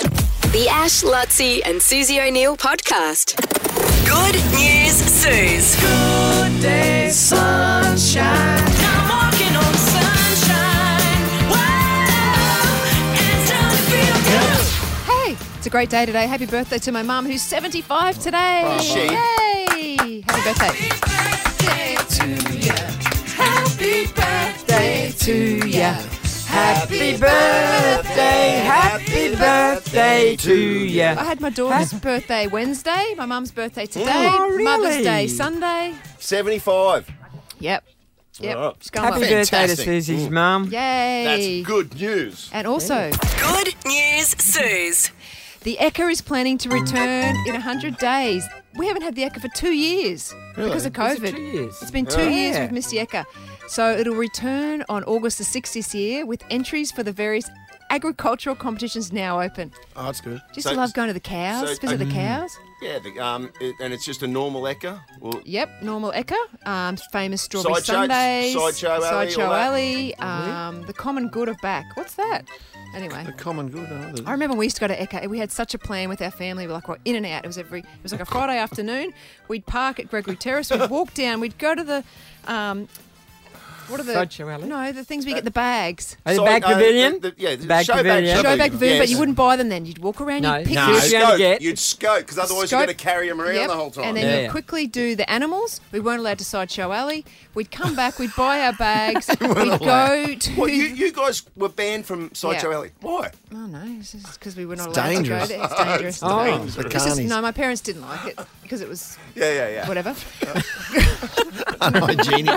The Ash, Lutzi, and Susie O'Neill podcast. Good news, Suze. Good day, sunshine. I'm walking on sunshine. Whoa, it's time to feel good. Hey, it's a great day today. Happy birthday to my mum, who's 75 today. Oh, Yay! Happy birthday. Happy birthday to ya. Happy birthday, happy birthday to ya. I had my daughter's birthday Wednesday, my mum's Oh, birthday today, Mother's Day Sunday. 75. Yep. Yep. Alright. It's going Oh. Happy well. birthday to Fantastic. Susie's Mm. mum. That's Yay. good news. And also, Good news, Suze. the Ekka is planning to return in 100 days. We haven't had the Ekka for two years because of COVID. two years? Oh, It's been two years Yeah. with Miss Yeka. So it'll return on August the 6th this year with entries for the various agricultural competitions now open. Oh, that's good. Just love going to the cows, so- Mm. visit the cows. Yeah, the, um, it, and it's just a normal Ekka. Well, Yep, normal Ekka, um, famous Strawberry Sideshow- Sundays, Sideshow Alley, all Sideshow that. Alley, um, the Common Good of Back. What's that? Anyway, common good, aren't I remember we used to go to Ekka. We had such a plan with our family. We were like, well, in and out. It was every. It was like a Friday afternoon. We'd park at Gregory Terrace. We'd walk down. We'd go to the. Um, what are the? Sideshow Alley? No, the things Uh, we get the bags. Are the back pavilion? the, yeah, the back show pavilion. Back Show bag food, but Yes. you wouldn't buy them then. You'd walk around. No. you'd pick No. your You'd Who's gonna scope. get- You'd scope, because otherwise Scope. you've got to carry them around Yep, the whole time. And then Yeah, you yeah. quickly do the animals. We weren't allowed to sideshow alley. We'd come back, we'd buy our bags, we'd go to. Well, you, you guys were banned from Sideshow Yeah. Alley. Why? oh no, because we were not allowed to go there. It's dangerous. Oh, Oh. dangerous. It's just- no, my parents didn't like it because it was Yeah, yeah, yeah. whatever. and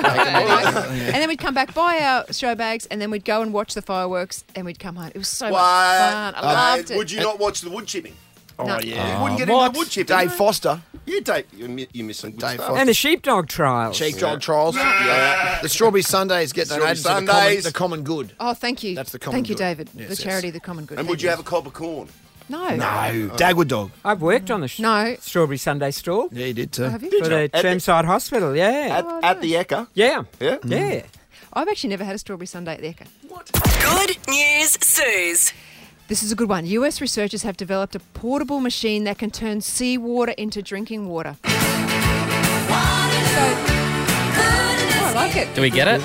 then we'd come back, buy our show bags, and then we'd go and watch the fireworks, and we'd come home. It was so much fun. I Uh, loved it. Would you not watch the wood chipping? No. Oh. you wouldn't get into the wood chipping. Dave Foster, Yeah, Dave, you're, mi- you're missing good Dave stuff. Foster. And the sheepdog trials. Sheep Dog Trials. The Strawberry Sundays get donated to the common- Sundays. the common, good. Oh, thank you. That's the common Thank you, good. David. Yes, the yes. charity, the common good. And Thank would you you have a cob of corn? No. No, Dagwood Dog. I've worked on the sh- No. strawberry Sunday stall Yeah, he did too. Have you? for the At the- Chermside Hospital. Yeah. At, at the Ekka? yeah. Yeah? Yeah. I've actually never had a strawberry sundae at the Echo. Good news, Suze. This is a good one. US researchers have developed a portable machine that can turn seawater into drinking water. So, Oh, I like it. Do we get it?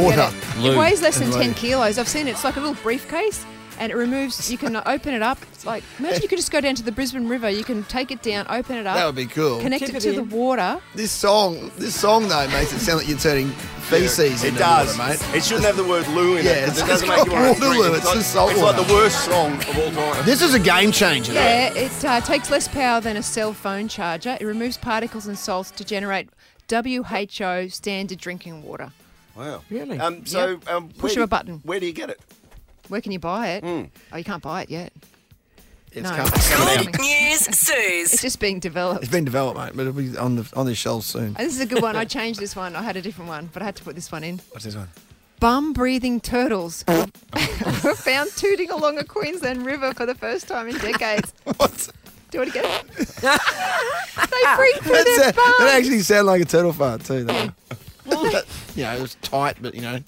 Water. It Lou. weighs less than 10 kilos. I've seen it. It's like a little briefcase and it removes, you can open it up. It's like, imagine you could just go down to the Brisbane River. You can take it down, open it up. That would be cool. Connect Tip it it to the in. water. This song, this song though makes it sound like you're turning feces It into does. water, mate. It shouldn't have the word loo in it. Yeah, 'cause it's- it doesn't it's make you want to called drink it. Waterloo, It's, it's like, just salt it's like water. the worst song of all time. This is a game changer. though. Yeah, it uh, takes less power than a cell phone charger. It removes particles and salts to generate WHO standard drinking water. Wow. Really? Um, so Yep. um, where Push do of a you- button. Where do you get it? Where can you buy it? Oh, you can't buy it yet. It's, No. come- it's Good news, Suze. It's just being developed. been developed, mate, but it'll be on the on the shelves And soon. this is a good one. I changed this one. I had a different one, but I had to put this one in. What's this one? Bum breathing turtles were found tooting along a Queensland river for the first time in decades. What's Do it again. they breathe through their that? sound- That bum. actually sounded like a turtle fart too. Though. Well, that, you know, it was tight, but you know,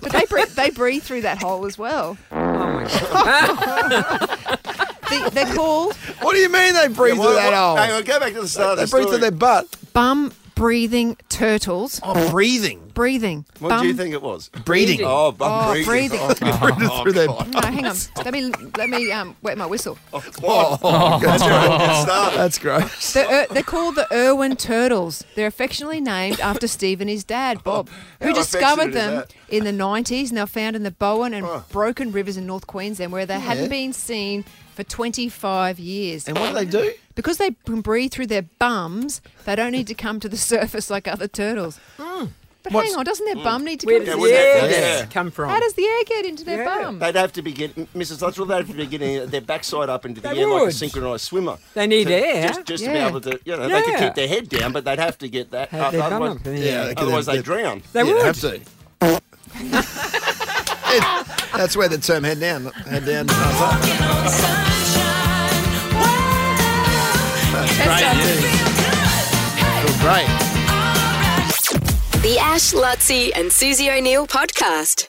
But they breathe, they breathe through that hole as well. Oh my god. The, they're called what do you mean they breathe through Well, that well, hole? Hang on, go back to the start they of the breathe story. through their butt. bum breathing turtles. Oh, breathing. Breathing. What bum, do you think it was? Breathing. Oh, bum Oh, breathing. breathing. breathing through their No, hang on. Let me let me um, wet my whistle. Oh, that's where it all gets started. That's gross. They're, er, they're called the Irwin Turtles. They're affectionately named after Steve and his dad, Bob, who How discovered affectionate is them that? in the 90s and they're found in the Bowen and Broken Rivers in North Queensland where they hadn't been seen for 25 years. And what do they do? because they can breathe through their bums, they don't need to come to the surface like other turtles. But What's- hang on, doesn't their bum need to Where come does to Yeah, the the wouldn't surface? air that- gas yeah. come from? How does the air get into their Yeah. bum? They'd have to be getting, Mrs. Luttrell, they'd have to be getting their backside up into the They air like a would. synchronised swimmer. They need To- air. Just, just Yeah. to be able to, you know, they could Yeah. keep their head down, but they'd have to get that Have up. they done Otherwise, them? Yeah. They could- otherwise they- they drown. They yeah, would. have to. It- that's where the term head down, head down. comes up. Walking on sunshine. Whoa, it's time to feel good. Hey, Great. alright. The Ash, Lutzi, and Susie O'Neill podcast.